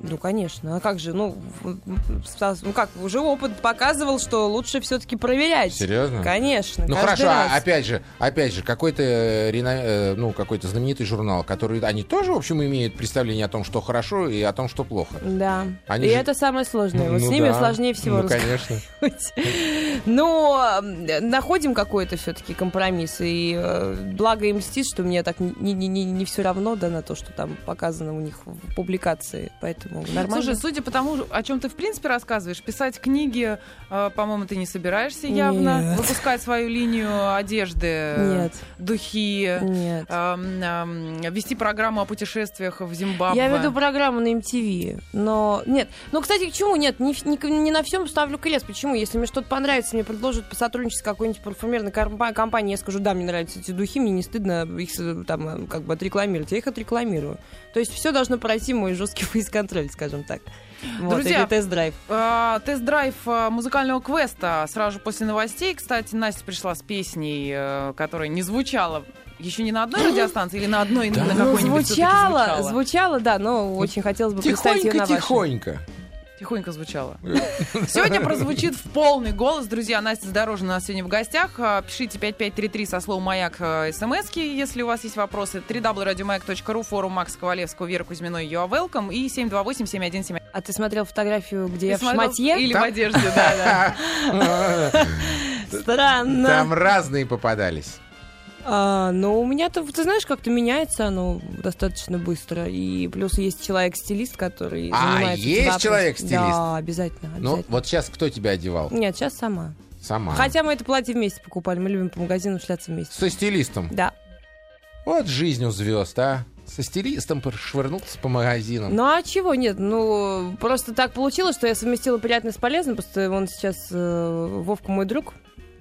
Speaker 4: Ну, конечно. А как же? Ну, в- в- Стас, ну как, уже опыт показывал, что лучше все-таки проверять.
Speaker 2: Серьезно?
Speaker 4: Конечно.
Speaker 2: Ну
Speaker 4: каждый
Speaker 2: хорошо, а
Speaker 4: раз.
Speaker 2: опять же, опять же, какой-то э, рено- э, ну какой-то знаменитый журнал, который они тоже, в общем, имеют представление о том, что хорошо и о том, что плохо.
Speaker 4: Да.
Speaker 2: Они
Speaker 4: и
Speaker 2: же-
Speaker 4: это самое сложное. Вот
Speaker 2: Ну
Speaker 4: с ними
Speaker 2: да.
Speaker 4: сложнее всего
Speaker 2: Ну, конечно.
Speaker 4: разговаривать. Но э, находим какой-то все-таки компромисс. И э, благо им мстит, что мне так не, не, не, все равно да, на то, что там показано у них в публикации. Поэтому нормально.
Speaker 3: Слушай, судя по тому, о чем ты в принципе рассказываешь, писать книги, э, по-моему, ты не собираешься явно.
Speaker 4: Нет.
Speaker 3: Выпускать свою линию одежды, э,
Speaker 4: нет,
Speaker 3: духи,
Speaker 4: нет.
Speaker 3: эм, эм, вести программу о путешествиях в Зимбабве.
Speaker 4: Я веду программу на MTV, но нет. Ну, кстати, к чему нет? Не, не- не на всем ставлю крест. Почему? Если мне что-то понравится, мне предложат посотрудничать с какой-нибудь парфюмерной компа- компанией, я скажу, да, мне нравятся эти духи, мне не стыдно их э, там э, как бы отрекламировать. Я их отрекламирую. То есть все должно пройти мой жесткий фейс-контроль, скажем так. Вот,
Speaker 3: Друзья,
Speaker 4: или тест-драйв.
Speaker 3: Э, Тест-драйв э, музыкального квеста сразу же после новостей. Кстати, Настя пришла с песней, э, которая не звучала еще не на одной радиостанции или на одной, на
Speaker 4: Ну,
Speaker 3: какой-нибудь всё-таки
Speaker 4: звучало, звучало, да, но очень хотелось бы представить ее
Speaker 2: Тихонько,
Speaker 4: на вашей.
Speaker 2: тихонько.
Speaker 3: Тихонько звучало. Сегодня прозвучит в полный голос. Друзья, Настя Задорожина у нас сегодня в гостях. А, Пишите 5533 со словом «Маяк» смс если у вас есть вопросы. www.radiomayak.ru, форум Макса Ковалевского, Вера Кузьминой, You are welcome. И 728-7171.
Speaker 4: А ты смотрел фотографию, где я в
Speaker 3: Смотрел-
Speaker 4: шматье?
Speaker 3: Или в одежде, да,
Speaker 4: Странно.
Speaker 2: Там разные попадались.
Speaker 4: А, ну, у меня-то, ты знаешь, как-то меняется оно достаточно быстро. И плюс есть человек-стилист, который
Speaker 2: А, есть
Speaker 4: занимается... всегда просто-
Speaker 2: человек-стилист?
Speaker 4: Да, обязательно,
Speaker 2: Ну,
Speaker 4: обязательно.
Speaker 2: вот сейчас кто тебя одевал?
Speaker 4: Нет, сейчас сама.
Speaker 2: Сама.
Speaker 4: Хотя мы это платье вместе покупали, мы любим по магазину шляться вместе.
Speaker 2: Со стилистом.
Speaker 4: Да.
Speaker 2: Вот жизнь у звезд, а. Со стилистом швырнулся по магазинам.
Speaker 4: Ну а чего нет? Ну, просто так получилось, что я совместила приятное с полезным, просто он сейчас, э, Вовка мой друг,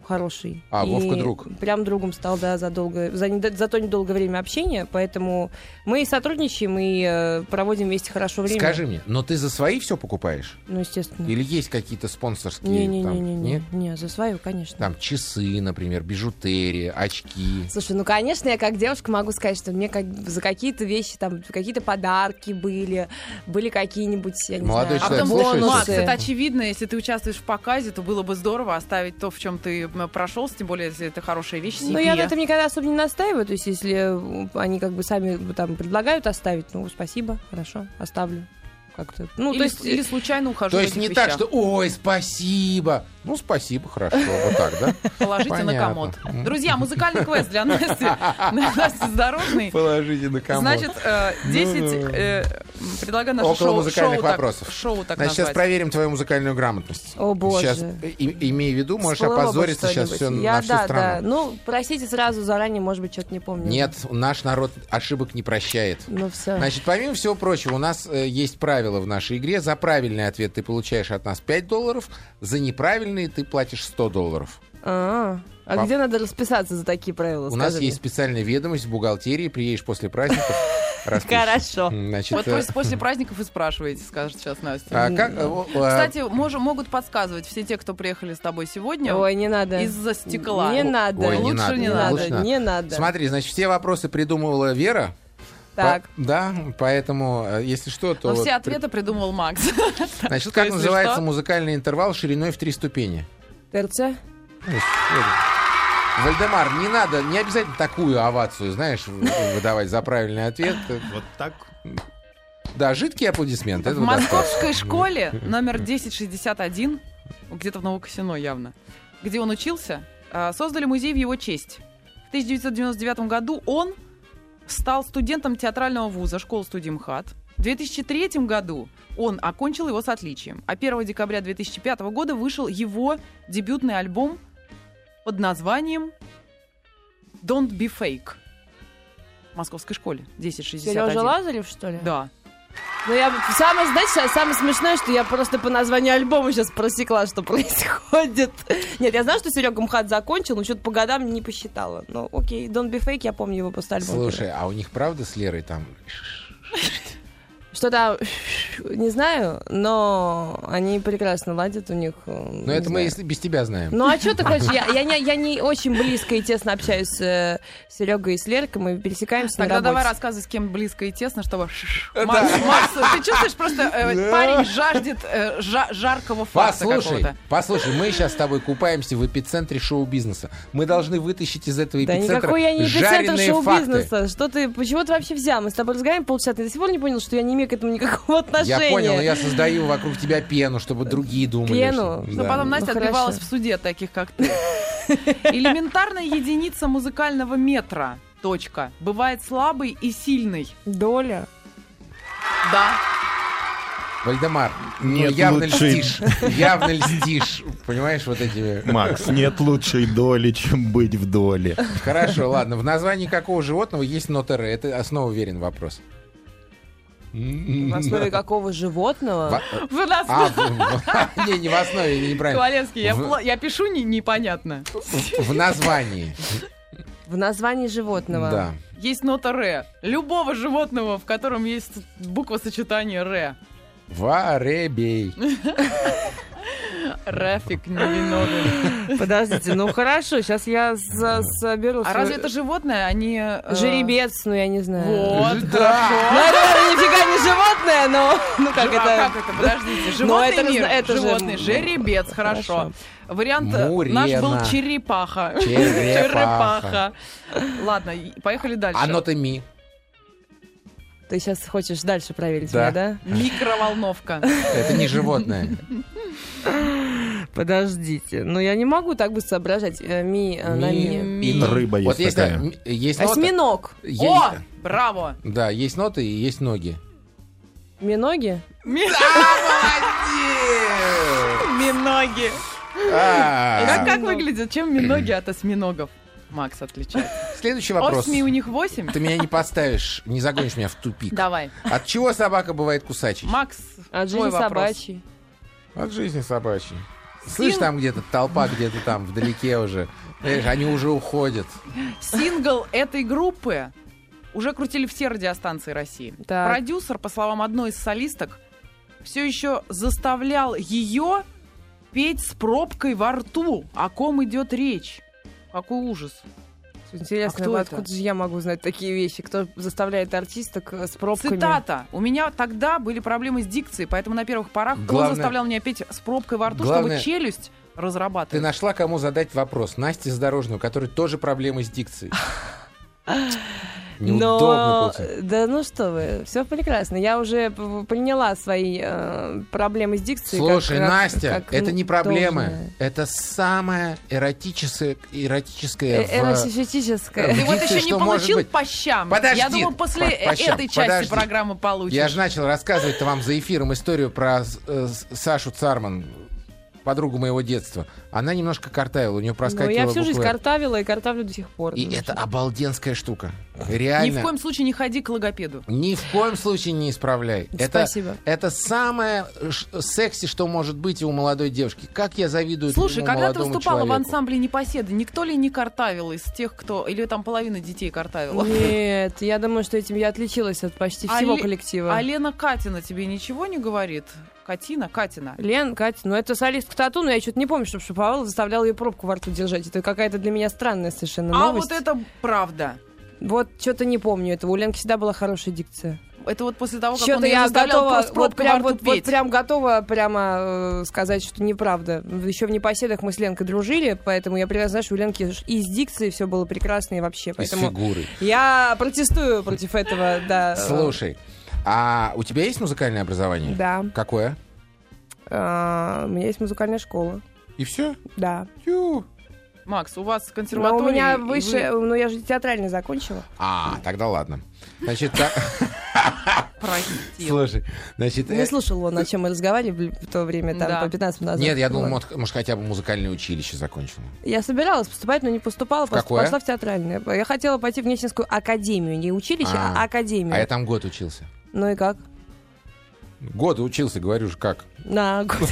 Speaker 4: хороший.
Speaker 2: А,
Speaker 4: И
Speaker 2: Вовка друг.
Speaker 4: Прям другом стал, да, за, долгое- за, недо- за то недолгое время общения. Поэтому мы и сотрудничаем, и э, проводим вместе хорошо время.
Speaker 2: Скажи мне, но ты за свои все покупаешь?
Speaker 4: Ну, естественно.
Speaker 2: Или есть какие-то спонсорские? там,
Speaker 4: Не-не-не-не.
Speaker 2: нет?
Speaker 4: Не, за свою, конечно.
Speaker 2: Там часы, например, бижутерия, очки.
Speaker 4: Слушай, ну, конечно, я как девушка могу сказать, что мне как бы за какие-то вещи, там, какие-то подарки были, были какие-нибудь, я не
Speaker 2: Молодой
Speaker 3: А
Speaker 4: знаю,
Speaker 2: человек,
Speaker 3: потом,
Speaker 2: слушай,
Speaker 4: бонусы.
Speaker 3: Макс, это очевидно, если ты участвуешь в показе, то было бы здорово оставить то, в чем ты прошелся, тем более, если это хорошая вещь E. себе.
Speaker 4: Ну, я на этом никогда особо не настаиваю, то есть если э, они как бы сами э, там предлагают оставить, ну, спасибо, хорошо, оставлю. Как-то. Ну,
Speaker 3: или,
Speaker 4: то есть...
Speaker 3: или случайно ухожу
Speaker 2: То
Speaker 3: в
Speaker 2: есть
Speaker 3: этих
Speaker 2: не так,
Speaker 3: вещах.
Speaker 2: что «Ой, спасибо». Ну, спасибо, хорошо, вот так, да?
Speaker 3: Положите на
Speaker 2: Понятно.
Speaker 3: комод. Друзья, музыкальный квест для Насти. Насти Здорожный.
Speaker 2: Положите на комод.
Speaker 3: Значит, э, 10...
Speaker 2: Ну, да.
Speaker 3: э, Предлагаю наше
Speaker 2: Около
Speaker 3: шоу...
Speaker 2: музыкальных
Speaker 3: шоу так-
Speaker 2: вопросов.
Speaker 3: Шоу так
Speaker 2: Значит, сейчас
Speaker 3: назвать.
Speaker 2: проверим твою музыкальную грамотность.
Speaker 4: О, боже.
Speaker 2: Сейчас, и- имей в виду, можешь
Speaker 4: всплыло бы
Speaker 2: опозориться сейчас
Speaker 4: что-нибудь.
Speaker 2: все
Speaker 4: я,
Speaker 2: на всю
Speaker 4: да,
Speaker 2: страну.
Speaker 4: Да. Ну, простите сразу заранее, может быть, что-то не помню.
Speaker 2: Нет, наш народ ошибок не прощает.
Speaker 4: Ну, все.
Speaker 2: Значит, помимо всего прочего, у нас э, есть правила в нашей игре. За правильный ответ ты получаешь от нас 5 долларов, за неправильный ты платишь 100 долларов.
Speaker 4: А, а
Speaker 2: Пап-
Speaker 4: где надо расписаться за такие правила?
Speaker 2: у нас
Speaker 4: скажи мне?
Speaker 2: есть специальная ведомость в бухгалтерии, приедешь после праздников, распишешь.
Speaker 4: Хорошо.
Speaker 2: Значит,
Speaker 3: Вот
Speaker 2: э,
Speaker 3: после, после праздников и спрашиваете, скажет сейчас Настя.
Speaker 2: а как, э, о, э,
Speaker 3: Кстати, мож- могут подсказывать все те, кто приехали с тобой сегодня
Speaker 4: Ой, не надо.
Speaker 3: из-за стекла.
Speaker 4: Не надо.
Speaker 2: Ой, не
Speaker 3: Лучше
Speaker 2: надо,
Speaker 3: не
Speaker 2: надо,
Speaker 3: надо,
Speaker 2: лучше не надо.
Speaker 4: не надо.
Speaker 2: Смотри, значит, все вопросы придумывала Вера.
Speaker 4: Так.
Speaker 2: По- да, поэтому, э, если что, то...
Speaker 3: Но
Speaker 2: вот
Speaker 3: все
Speaker 2: при-
Speaker 3: ответы придумал Макс.
Speaker 2: Значит,
Speaker 3: То
Speaker 2: как
Speaker 3: есть,
Speaker 2: называется
Speaker 3: что?
Speaker 2: музыкальный интервал шириной в три ступени?
Speaker 4: ТРЦ?
Speaker 2: Ну, с- э, Вальдемар, не надо, не обязательно такую овацию, знаешь, в- выдавать за правильный ответ.
Speaker 1: Вот так.
Speaker 2: Да, жидкие аплодисменты.
Speaker 3: В
Speaker 2: этого достаточно.
Speaker 3: московской школе номер 1061, где-то в Новокосино явно, где он учился, а, создали музей в его честь. В 1999 году он стал студентом театрального вуза школы студии МХАТ. В 2003 году он окончил его с отличием. А 1 декабря 2005 года вышел его дебютный альбом под названием «Don't be fake» в московской школе 1061.
Speaker 4: Сережа Лазарев, что ли?
Speaker 3: Да.
Speaker 4: Ну, я... Самое, знаете, самое смешное, что я просто по названию альбома сейчас просекла, что происходит. Нет, я знаю, что Серега МХАТ закончил, но что-то по годам не посчитала. Ну, окей, Don't Be Fake, я помню его просто альбом.
Speaker 2: Слушай, а у них правда с Лерой там...
Speaker 4: Что там, не знаю, но они прекрасно ладят у них. э,
Speaker 2: Ну, это мы если без тебя знаем.
Speaker 4: Ну а что ты хочешь? Я, я не, я не очень близко и тесно общаюсь э, с Серегой и с Леркой, мы пересекаемся
Speaker 3: Тогда
Speaker 4: на работе.
Speaker 3: давай рассказывай, с кем близко и тесно, чтобы... Ш-ш.
Speaker 2: Да.
Speaker 3: Макс, Макс, ты чувствуешь, просто э,
Speaker 2: Да.
Speaker 3: парень жаждет э, жа- жаркого фарта
Speaker 2: Послушай,
Speaker 3: какого-то.
Speaker 2: послушай, мы сейчас с тобой купаемся в эпицентре шоу-бизнеса. Мы должны вытащить из этого
Speaker 4: Да
Speaker 2: эпицентра
Speaker 4: никакой я не эпицентр
Speaker 2: жареные факты.
Speaker 4: шоу-бизнеса. Что ты, почему ты вообще взял? Мы с тобой разговариваем полчаса, ты до сих пор не понял, что я не имею к этому никакого отношения.
Speaker 2: Я понял, но я создаю вокруг тебя пену, чтобы другие думали.
Speaker 4: Пену?
Speaker 2: что- Да.
Speaker 3: Что потом Настя
Speaker 4: Ну, хорошо.
Speaker 3: отбивалась в суде от таких, как ты. Элементарная единица музыкального метра. Точка. Бывает слабый и сильный.
Speaker 4: Доля.
Speaker 3: Да.
Speaker 2: Вальдемар,
Speaker 1: Нет,
Speaker 2: ну, явно
Speaker 1: лучше-
Speaker 2: льстишь. Явно льстишь. Понимаешь, вот эти...
Speaker 1: Макс, нет лучшей доли, чем быть в доле.
Speaker 2: Хорошо, ладно. В названии какого животного есть нотер? Э? Это основа уверен вопрос.
Speaker 1: М-м-м.
Speaker 4: В основе какого
Speaker 2: Во-
Speaker 4: животного?
Speaker 3: Вы нас-
Speaker 2: А, в- в- не, не в основе, неправильно.
Speaker 3: Ковалевский, я
Speaker 2: В-
Speaker 3: пла- я пишу не- непонятно.
Speaker 2: В названии.
Speaker 4: В названии животного.
Speaker 2: Да.
Speaker 3: Есть нота ре. Любого животного, в котором есть буква сочетания ре.
Speaker 2: Варебей.
Speaker 3: Рафик невиновен.
Speaker 4: Подождите, ну хорошо, сейчас я со- соберу
Speaker 3: А
Speaker 4: свой-
Speaker 3: разве это животное, а не... э,
Speaker 4: Жеребец, ну я не знаю.
Speaker 3: Вот,
Speaker 2: Да.
Speaker 3: хорошо.
Speaker 4: Ну, это наверное, нифига не животное, но... Ну, как
Speaker 3: Жи- а
Speaker 4: это...
Speaker 3: как это? Подождите. Животный
Speaker 4: это же-
Speaker 3: мир.
Speaker 4: это же-
Speaker 3: Животный. Жеребец, хорошо.
Speaker 4: Хорошо.
Speaker 3: Вариант э,
Speaker 2: Мурена.
Speaker 3: наш был черепаха.
Speaker 2: Черепаха.
Speaker 3: Ладно, и- поехали дальше.
Speaker 2: А нота ми.
Speaker 4: Ты сейчас хочешь дальше проверить
Speaker 2: Да.
Speaker 4: меня,
Speaker 3: Микроволновка.
Speaker 2: Это не животное.
Speaker 4: да? Подождите. Ну, я не могу так быстро соображать. Э, Ми, э, на
Speaker 2: Ми-
Speaker 4: ми.
Speaker 2: и-
Speaker 1: Рыба есть
Speaker 2: Вот есть
Speaker 1: такая.
Speaker 2: м- есть нота.
Speaker 4: Осьминог.
Speaker 2: е-
Speaker 3: О, браво.
Speaker 2: Да, есть ноты и есть ноги.
Speaker 4: Миноги?
Speaker 3: Ми- Миноги. Как
Speaker 2: А,
Speaker 3: как выглядят? Чем миноги от осьминогов? Макс отличается.
Speaker 2: Следующий вопрос.
Speaker 3: Осьми у них восемь?
Speaker 2: Ты меня не поставишь, не загонишь меня в тупик.
Speaker 3: Давай.
Speaker 2: От чего собака бывает кусачей?
Speaker 3: Макс,
Speaker 4: От
Speaker 3: твой
Speaker 4: жизни
Speaker 3: вопрос.
Speaker 4: собачьей.
Speaker 2: От жизни собачьей. Слышь, там где-то толпа, где-то там вдалеке уже. Знаешь, они уже уходят.
Speaker 3: Сингл этой группы уже крутили все радиостанции России.
Speaker 4: Так.
Speaker 3: Продюсер, по словам одной из солисток, все еще заставлял ее петь с пробкой во рту, о ком идет речь. Какой ужас.
Speaker 4: Интересно,
Speaker 3: А кто это?
Speaker 4: откуда же я могу знать такие вещи? Кто заставляет артисток э, с пробками?
Speaker 3: Цитата. У меня тогда были проблемы с дикцией, поэтому на первых порах
Speaker 2: Главное-
Speaker 3: он заставлял меня петь с пробкой во рту,
Speaker 2: Главное-
Speaker 3: чтобы челюсть
Speaker 2: Ты
Speaker 3: разрабатывать.
Speaker 2: нашла, кому задать вопрос. Насте Задорожную, у которой тоже проблемы с дикцией. Неудобно
Speaker 4: Но,
Speaker 2: получается.
Speaker 4: да ну что вы, все прекрасно. Я уже п- поняла свои э, проблемы с дикцией. как-
Speaker 2: Слушай,
Speaker 4: как-
Speaker 2: Настя,
Speaker 4: как
Speaker 2: это не проблемы.
Speaker 4: должное.
Speaker 2: Это самое эротическое, эротическое
Speaker 4: Э,
Speaker 2: в- э,
Speaker 4: эротическое.
Speaker 3: Ты вот
Speaker 2: Дикция,
Speaker 3: еще не
Speaker 2: что может
Speaker 3: получил
Speaker 2: быть?
Speaker 3: по щам.
Speaker 2: Подожди.
Speaker 3: Я думаю, после
Speaker 2: По- по щам.
Speaker 3: этой части
Speaker 2: Подожди.
Speaker 3: программы получишь.
Speaker 2: Я же начал рассказывать вам за эфиром историю про э, с- Сашу Царман, подругу моего детства. Она немножко картавила, у нее
Speaker 4: Ну,
Speaker 2: проскакивала
Speaker 4: я всю жизнь
Speaker 2: буква «Р».
Speaker 4: картавила и картавлю до сих пор.
Speaker 2: И
Speaker 4: ну,
Speaker 2: это
Speaker 4: что.
Speaker 2: обалденская штука.
Speaker 3: Ни
Speaker 2: Реально.
Speaker 3: в коем случае не ходи к логопеду.
Speaker 2: Ни в коем случае не исправляй. Это,
Speaker 4: Спасибо.
Speaker 2: это самое ш- секси, что может быть у молодой девушки. Как я завидую
Speaker 3: Слушай,
Speaker 2: этому
Speaker 3: когда ты
Speaker 2: молодому
Speaker 3: выступала в
Speaker 2: человеку.
Speaker 3: ансамбле «Непоседы», никто ли не картавил из тех, кто... Или там половина детей картавила?
Speaker 4: Нет, я думаю, что этим я отличилась от почти
Speaker 3: А
Speaker 4: всего
Speaker 3: Ле-
Speaker 4: коллектива.
Speaker 3: А Лена Катина тебе ничего не говорит? Катина? Катина.
Speaker 4: Лен, Катя, ну это солистка тату, но я что-то не помню, чтобы Шаповалов заставлял ее пробку во рту держать. Это какая-то для меня странная совершенно
Speaker 3: А
Speaker 4: новость.
Speaker 3: вот это правда.
Speaker 4: Вот что-то не помню этого. У Ленки всегда была хорошая дикция.
Speaker 3: Это вот после того, как он
Speaker 4: Что-то
Speaker 3: ее
Speaker 4: я
Speaker 3: заставлял
Speaker 4: готова,
Speaker 3: просто
Speaker 4: вот
Speaker 3: пробкой
Speaker 4: прям,
Speaker 3: во
Speaker 4: вот,
Speaker 3: рту
Speaker 4: вот
Speaker 3: петь.
Speaker 4: прям готова прямо э, сказать, что неправда. Еще в непоседах мы с Ленкой дружили, поэтому я прекрасно знаю, что у Ленки ж- и с дикцией все было прекрасно и вообще.
Speaker 2: Из
Speaker 4: Поэтому
Speaker 2: фигуры.
Speaker 4: я протестую против этого,
Speaker 3: э,
Speaker 4: да.
Speaker 2: Слушай, а у тебя есть музыкальное образование?
Speaker 4: Да.
Speaker 2: Какое?
Speaker 4: А, У меня есть музыкальная школа,
Speaker 2: И все?
Speaker 4: да.
Speaker 3: Макс, у вас
Speaker 4: Но
Speaker 3: консерватория.
Speaker 4: у меня
Speaker 3: и вы-
Speaker 4: выше, ну я же театрально закончила.
Speaker 2: А, тогда ладно. Значит, так-
Speaker 3: Прости.
Speaker 2: слушай, значит,
Speaker 4: Не а
Speaker 2: э,
Speaker 4: слушал он, о чем мы разговаривали в то время, там,
Speaker 3: Да.
Speaker 4: по 15 минут назад.
Speaker 2: нет, я думал,
Speaker 4: Ладно.
Speaker 2: мот- может, хотя бы музыкальное училище закончила.
Speaker 4: Я собиралась поступать, но не поступала, просто
Speaker 2: какое?
Speaker 4: пошла в театральное. Я хотела пойти в Нечинскую академию, не училище, а,
Speaker 2: А.
Speaker 4: академию.
Speaker 2: А я там год учился.
Speaker 4: Ну и как?
Speaker 2: Год учился, говорю же, как.
Speaker 4: На год.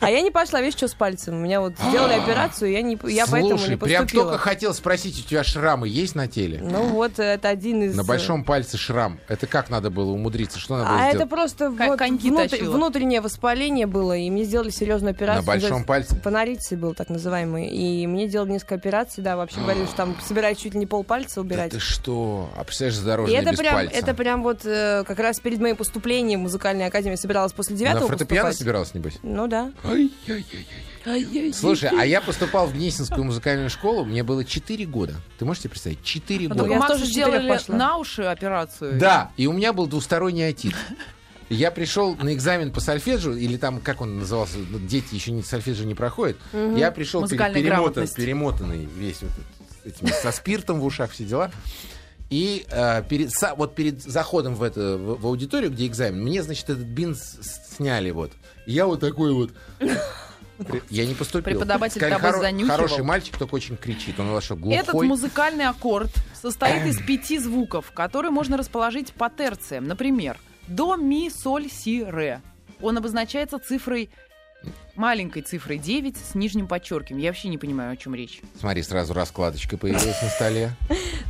Speaker 4: А я не пошла, видишь, что с пальцем. У меня вот сделали операцию, я, не, я поэтому
Speaker 2: Слушай,
Speaker 4: не
Speaker 2: прям только
Speaker 4: поступила.
Speaker 2: хотел спросить, у тебя шрамы есть на теле?
Speaker 4: Ну вот, это один из... э,
Speaker 2: На большом пальце шрам. Это как надо было умудриться? Что надо было
Speaker 4: А
Speaker 2: сделать?
Speaker 4: это просто
Speaker 3: Как
Speaker 4: вот
Speaker 3: коньки
Speaker 4: внут-
Speaker 3: точила.
Speaker 4: внутреннее воспаление было, и мне сделали серьезную операцию.
Speaker 2: На большом пальце?
Speaker 4: Панорицей был так называемый. И мне делали несколько операций, да, вообще говорили, что там собирать чуть ли не полпальца
Speaker 2: Да
Speaker 4: убирать.
Speaker 2: ты что? А представляешь,
Speaker 4: И
Speaker 2: здоровье
Speaker 4: это
Speaker 2: без
Speaker 4: прям,
Speaker 2: пальца.
Speaker 4: это прям вот э, как раз перед моим поступлением в музыкальную академию собиралась после
Speaker 2: На
Speaker 4: девятого
Speaker 2: фортепиано
Speaker 4: поступать.
Speaker 2: собиралась, небось?
Speaker 4: Ну да.
Speaker 2: Слушай, а я поступал в Гнесинскую музыкальную школу, мне было 4 года. Ты можешь себе представить? 4
Speaker 3: Ну,
Speaker 4: Вот
Speaker 3: только
Speaker 2: года.
Speaker 4: я
Speaker 3: Максу
Speaker 4: тоже с четырех
Speaker 3: сделали
Speaker 4: пошла.
Speaker 3: на уши операцию.
Speaker 2: Да, и у меня был двусторонний отит. Я пришел на экзамен по сольфеджио, или там, как он назывался, ну, дети еще не сольфеджио не проходят. Я пришел пере-
Speaker 3: Музыкальная
Speaker 2: перемотан-
Speaker 3: грамотность.
Speaker 2: перемотанный весь вот этот, с этими, со спиртом в ушах, все дела. И э, перед, са- вот перед заходом в, это, в, в аудиторию, где экзамен, мне, значит, этот бин с- с- сняли вот. И Я вот такой вот... Я не поступил.
Speaker 3: Преподаватель
Speaker 2: Сказали,
Speaker 3: тобой занюхивал.
Speaker 2: Хороший мальчик, только очень кричит. Он вошел глухой.
Speaker 3: Этот музыкальный аккорд состоит из пяти звуков, которые можно расположить по терциям. Например, до, ми, соль, си, ре. Он обозначается цифрой маленькой цифрой 9 с нижним подчеркиванием. Я вообще не понимаю, о чем речь.
Speaker 2: Смотри, сразу раскладочка появилась на столе.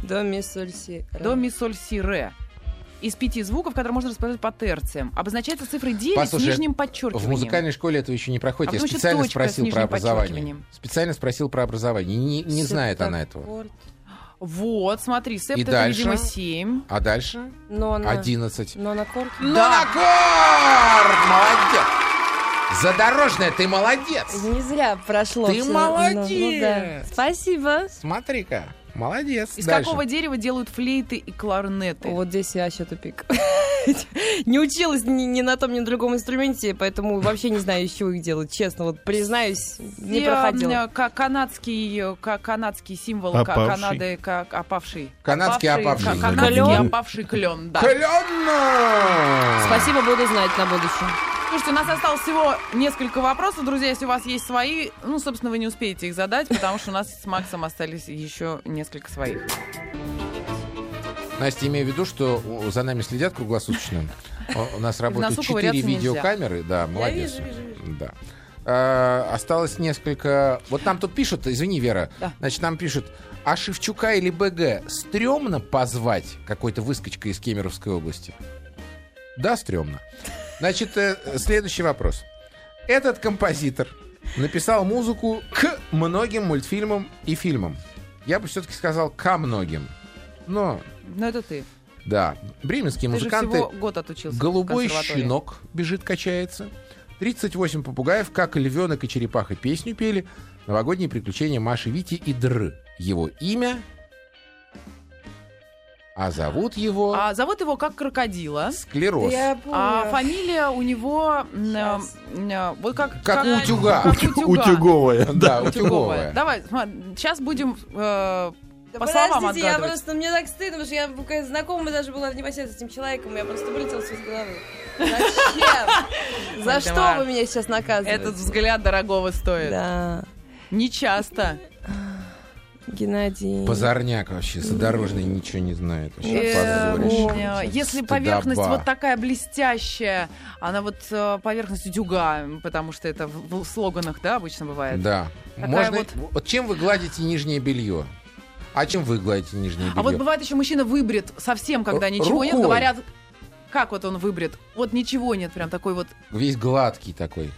Speaker 4: До мисс Ульси.
Speaker 3: До, ми, соль, си, ре. Из пяти звуков, которые можно расположить по терциям, обозначается цифрой 9
Speaker 2: Послушай,
Speaker 3: с нижним
Speaker 2: В
Speaker 3: подчеркиванием.
Speaker 2: музыкальной школе этого еще не проходит.
Speaker 3: А
Speaker 2: Я
Speaker 3: потому что
Speaker 2: специально
Speaker 3: точка с
Speaker 2: спросил
Speaker 3: нижним
Speaker 2: про образование.
Speaker 3: подчеркиванием.
Speaker 2: Специально спросил про образование. Не, не знает она этого.
Speaker 3: Вот, смотри, септ
Speaker 2: И
Speaker 3: это,
Speaker 2: дальше?
Speaker 3: видимо, 7.
Speaker 2: А дальше?
Speaker 4: Но она...
Speaker 2: 11.
Speaker 4: Но она корт.
Speaker 3: Ну,
Speaker 2: Монокорд! Молодец! Задорожная, ты молодец!
Speaker 4: Не зря прошло.
Speaker 2: Ты
Speaker 4: всё. Ну,
Speaker 2: молодец!
Speaker 4: ну да. Спасибо.
Speaker 2: Смотри-ка, молодец.
Speaker 3: Из
Speaker 2: Дальше.
Speaker 3: какого дерева делают флейты и кларнеты?
Speaker 4: Вот здесь я вообще тупик. не училась ни, ни на том, ни на другом инструменте, поэтому вообще не знаю, из чего их делать. Честно, вот признаюсь, не
Speaker 3: Те,
Speaker 4: проходила.
Speaker 3: э, ка- канадский, э, ка- канадский символ ка-
Speaker 1: Опавший.
Speaker 3: Канады, как опавший.
Speaker 2: Канадский опавший.
Speaker 3: ка- Канадский
Speaker 1: Клен.
Speaker 3: опавший клен, да.
Speaker 2: Клёно!
Speaker 4: Спасибо, буду знать на будущее.
Speaker 3: Слушайте, у нас осталось всего несколько вопросов, друзья, если у вас есть свои, ну, собственно, вы не успеете их задать, потому что у нас с Максом остались еще несколько своих.
Speaker 2: Настя, имею в виду, что у- за нами следят круглосуточно. О, У нас работают
Speaker 3: носу
Speaker 2: четыре
Speaker 3: ковыряться нельзя.
Speaker 2: видеокамеры. Да, молодец.
Speaker 4: вижу, вижу,
Speaker 2: Да. э, осталось несколько... Вот нам тут пишут, извини, Вера,
Speaker 3: Да.
Speaker 2: значит, нам пишут, а Шевчука или БГ стрёмно позвать какой-то выскочкой из Кемеровской области? Да, стрёмно. Значит, э, следующий вопрос. Этот композитор написал музыку к многим мультфильмам и фильмам. Я бы все-таки сказал ко многим. Но,
Speaker 3: Ну, это ты.
Speaker 2: да, бременские
Speaker 3: Ты же
Speaker 2: музыканты...
Speaker 3: всего год отучился. в
Speaker 2: Голубой
Speaker 3: консерватории.
Speaker 2: щенок бежит, качается. 38 попугаев, как львенок и черепаха песню пели. Новогодние приключения Маши Вити и Др. Его имя... А зовут его...
Speaker 3: А зовут его как крокодила.
Speaker 2: Склероз.
Speaker 5: Я
Speaker 3: А
Speaker 5: помню.
Speaker 3: фамилия у него м, э,
Speaker 5: Щас.
Speaker 3: м, э, вот как...
Speaker 2: Как у утюга.
Speaker 3: Как утюга.
Speaker 1: Утюговая.
Speaker 2: Да,
Speaker 3: Утюговая.
Speaker 2: утюговая.
Speaker 3: Давай, сейчас будем... э,
Speaker 5: Да
Speaker 3: по словам
Speaker 5: подождите, я
Speaker 3: отгадывать.
Speaker 5: просто, мне так стыдно, потому что я какая-то знакомая даже была непосредственно с этим человеком, я просто вылетела все из головы.
Speaker 4: Зачем? За что
Speaker 3: Вальдемар.
Speaker 4: вы меня сейчас наказываете?
Speaker 3: Этот взгляд дорогого стоит.
Speaker 4: Да.
Speaker 3: Не часто.
Speaker 4: Геннадий.
Speaker 2: Позорняк вообще, задорожный, ничего не знает. Вообще,
Speaker 3: Э,
Speaker 2: позорище.
Speaker 3: э, Если
Speaker 2: Стыдоба.
Speaker 3: поверхность вот такая блестящая, она вот э, поверхность утюга, потому что это в в слоганах, да, обычно бывает.
Speaker 2: Да.
Speaker 3: Такая
Speaker 2: Можно...
Speaker 3: вот-
Speaker 2: вот Чем вы гладите нижнее белье? А чем вы гладите нижнее белье?
Speaker 3: А вот бывает еще мужчина выбрит совсем, когда
Speaker 2: Р-
Speaker 3: ничего нет,
Speaker 2: Э, рукой.
Speaker 3: говорят, как вот он выбрит, вот ничего нет, прям такой вот
Speaker 2: Весь гладкий такой.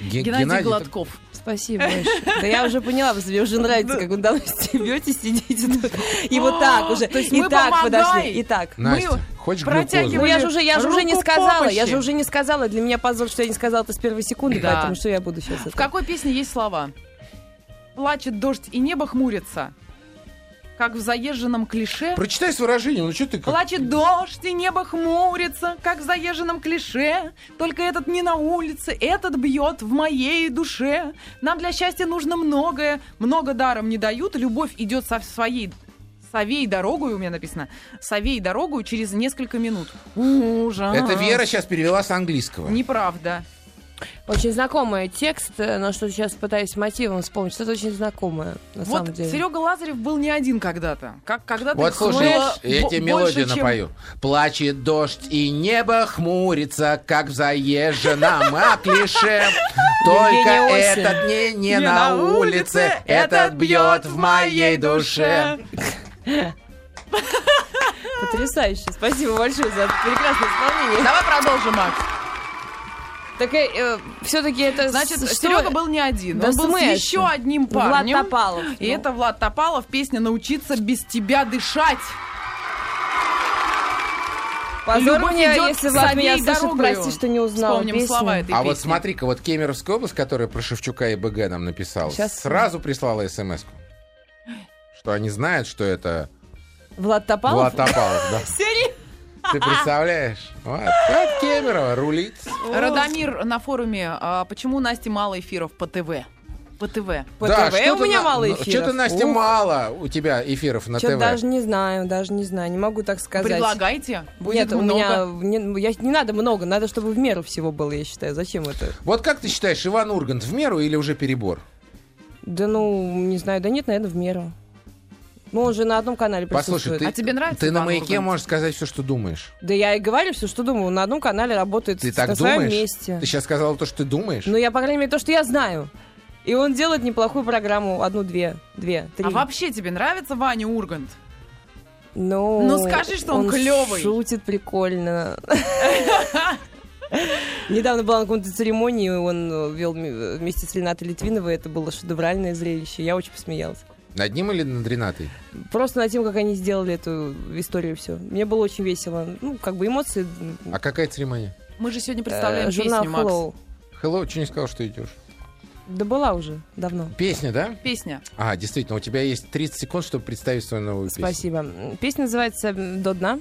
Speaker 2: Ге-
Speaker 3: Геннадий,
Speaker 2: Геннадий так-
Speaker 3: Гладков.
Speaker 4: Спасибо большое. Да я уже поняла, просто мне уже
Speaker 3: Ну,
Speaker 4: нравится, как вы давно стебете, сидите тут. И вот так уже.
Speaker 3: А, То есть
Speaker 4: И
Speaker 3: мы
Speaker 4: так
Speaker 3: помогаем.
Speaker 4: подошли. И так.
Speaker 2: Настя,
Speaker 3: Мы
Speaker 2: хочешь
Speaker 3: протягиваем-
Speaker 2: глюкозу?
Speaker 4: Ну я же уже, я же уже не
Speaker 3: Руку
Speaker 4: сказала, я
Speaker 3: помощи.
Speaker 4: же уже не сказала. Для меня позор, что я не сказала это с первой секунды,
Speaker 3: Да.
Speaker 4: поэтому что я буду сейчас?
Speaker 3: В какой песне есть слова? Плачет дождь и небо хмурится, как в заезженном клише.
Speaker 2: Прочитай с выражением, ну что ты как...
Speaker 3: Плачет дождь, и небо хмурится, как в заезженном клише. Только этот не на улице, этот бьет в моей душе. Нам для счастья нужно многое, много даром не дают. Любовь идет со своей совей дорогой, у меня написано, совей дорогой через несколько минут. Ужас.
Speaker 2: Это Вера сейчас перевела с английского.
Speaker 3: Неправда.
Speaker 4: Очень знакомый текст, э, но что сейчас пытаюсь мотивом вспомнить. Что-то очень знакомое, на
Speaker 3: вот
Speaker 4: самом деле.
Speaker 3: Серега Лазарев был не один когда-то. Как когда-то
Speaker 2: Вот
Speaker 3: их
Speaker 2: слушай,
Speaker 3: было
Speaker 2: я тебе
Speaker 3: бо- больше,
Speaker 2: мелодию
Speaker 3: чем-
Speaker 2: напою. Плачет дождь, и небо хмурится, как в заезженном клише. Только
Speaker 4: Евгений Осин.
Speaker 2: этот не, не на улице, этот бьет в моей душе.
Speaker 4: Потрясающе. Спасибо большое за это прекрасное исполнение.
Speaker 3: Давай продолжим, Макс.
Speaker 4: Так
Speaker 3: э,
Speaker 4: все-таки это...
Speaker 3: Значит,
Speaker 4: с- что-
Speaker 3: Серега был не один.
Speaker 4: Да
Speaker 3: он был с
Speaker 4: смысл?
Speaker 3: еще одним
Speaker 4: Влад
Speaker 3: парнем.
Speaker 4: Топалов.
Speaker 3: И
Speaker 4: Ну.
Speaker 3: это Влад Топалов, песня «Научиться без тебя дышать».
Speaker 4: Позор
Speaker 3: Любовь
Speaker 4: мне,
Speaker 3: идет
Speaker 4: если Влад меня
Speaker 3: своей
Speaker 4: слышит,
Speaker 3: дорогою.
Speaker 4: прости, что не узнала
Speaker 3: Вспомним
Speaker 4: песню.
Speaker 3: слова этой
Speaker 2: А
Speaker 3: песни.
Speaker 2: вот смотри-ка, вот Кемеровская область, которая про Шевчука и БГ нам написала,
Speaker 4: Щас.
Speaker 2: сразу прислала смс что они знают, что это
Speaker 4: Влад Топалов?
Speaker 2: Влад Топалов, да. Ты представляешь? Вот так Кемерово рулит.
Speaker 3: Радомир на форуме а, «Почему Насте мало эфиров по ТВ?» По ТВ.
Speaker 4: По ТВ у меня мало эфиров.
Speaker 2: Что-то, Настя,
Speaker 4: Ух,
Speaker 2: мало у тебя эфиров на
Speaker 4: чё-то
Speaker 2: ТВ.
Speaker 4: даже не знаю, даже не знаю, не могу так сказать.
Speaker 3: Предлагайте. Будет
Speaker 4: Нет,
Speaker 3: много. А
Speaker 4: у меня не, я- не надо много, надо, чтобы в меру всего было, я считаю. Зачем это?
Speaker 2: Вот как ты считаешь, Иван Ургант в меру или уже перебор?
Speaker 4: Да ну, не знаю, да нет, наверное, в меру. Ну, он же на одном канале
Speaker 2: Послушай,
Speaker 4: присутствует.
Speaker 2: ты,
Speaker 3: А тебе нравится
Speaker 2: ты на
Speaker 3: Иван
Speaker 2: маяке
Speaker 3: Ургант?
Speaker 2: можешь сказать все, что думаешь.
Speaker 4: Да я и говорю все, что думаю. На одном канале работает
Speaker 2: Ты
Speaker 4: с-
Speaker 2: так
Speaker 4: на своем
Speaker 2: думаешь?
Speaker 4: месте.
Speaker 2: Ты сейчас сказала то, что ты думаешь?
Speaker 4: Ну, я, по крайней мере, то, что я знаю. И он делает неплохую программу. Одну, две, две, три.
Speaker 3: А вообще тебе нравится Ваня Ургант?
Speaker 4: Ну,
Speaker 3: Ну, скажи, что он клёвый.
Speaker 4: шутит прикольно. Недавно была на каком-то церемонии, он вел ми- э, вместе с Ренатой Литвиновой, это было шедевральное зрелище, я очень посмеялась.
Speaker 2: Над ним или над Ренатой?
Speaker 4: Просто над тем, как они сделали эту историю, все. Мне было очень весело. Ну, как бы эмоции. м,
Speaker 2: А какая церемония?
Speaker 3: Мы же сегодня
Speaker 4: э,
Speaker 3: представляем
Speaker 4: журнал
Speaker 3: песню, Макс.
Speaker 4: Hello.
Speaker 2: Hello, что не сказал, что идешь?
Speaker 4: Да была уже давно.
Speaker 2: Песня, да?
Speaker 3: Песня.
Speaker 2: А, действительно, у тебя есть 30 секунд, чтобы представить свою новую песню.
Speaker 4: Спасибо. Песня называется м, «До дна».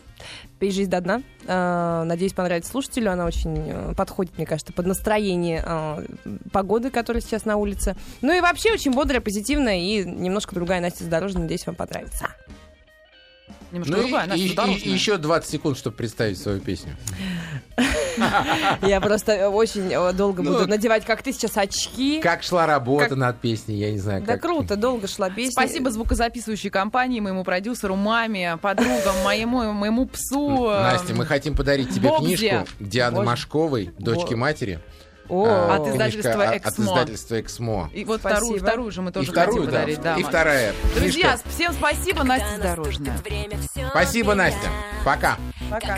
Speaker 4: Пей жизнь до дна. Э, Надеюсь, понравится слушателю. Она очень э, подходит, мне кажется, под настроение э, погоды, которая сейчас на улице. Ну и вообще очень бодрая, позитивная и немножко другая Настя Задорожная. Надеюсь, вам понравится.
Speaker 3: Немножко
Speaker 2: Ну
Speaker 3: другая,
Speaker 2: и,
Speaker 3: Настя
Speaker 2: и- и- и
Speaker 3: Задорожная.
Speaker 2: еще 20 секунд, чтобы представить свою песню.
Speaker 4: Я просто очень э, долго
Speaker 2: Ну,
Speaker 4: буду надевать, как ты сейчас, очки.
Speaker 2: Как шла работа
Speaker 4: Как-
Speaker 2: над песней, я не знаю.
Speaker 4: Да
Speaker 2: как-
Speaker 4: круто, долго шла песня.
Speaker 3: Спасибо звукозаписывающей компании, моему продюсеру, маме, подругам, моему, моему псу. э,
Speaker 2: Настя, мы хотим подарить тебе
Speaker 3: Бобзе.
Speaker 2: книжку Дианы
Speaker 4: Боже.
Speaker 2: Машковой, дочки
Speaker 4: Бо-
Speaker 2: матери.
Speaker 4: О.
Speaker 2: э,
Speaker 3: От издательства
Speaker 2: книжка от- От
Speaker 3: «Эксмо».
Speaker 2: издательства «Эксмо».
Speaker 3: И вот
Speaker 4: Спасибо.
Speaker 3: вторую, вторую же мы
Speaker 2: И
Speaker 3: тоже хотим
Speaker 2: вторую, да.
Speaker 3: подарить. Да,
Speaker 2: И
Speaker 3: Маш.
Speaker 2: вторая.
Speaker 3: Друзья,
Speaker 2: книжка.
Speaker 3: всем спасибо, Настя Дорожная.
Speaker 2: Спасибо, Настя. Пока.
Speaker 3: Пока.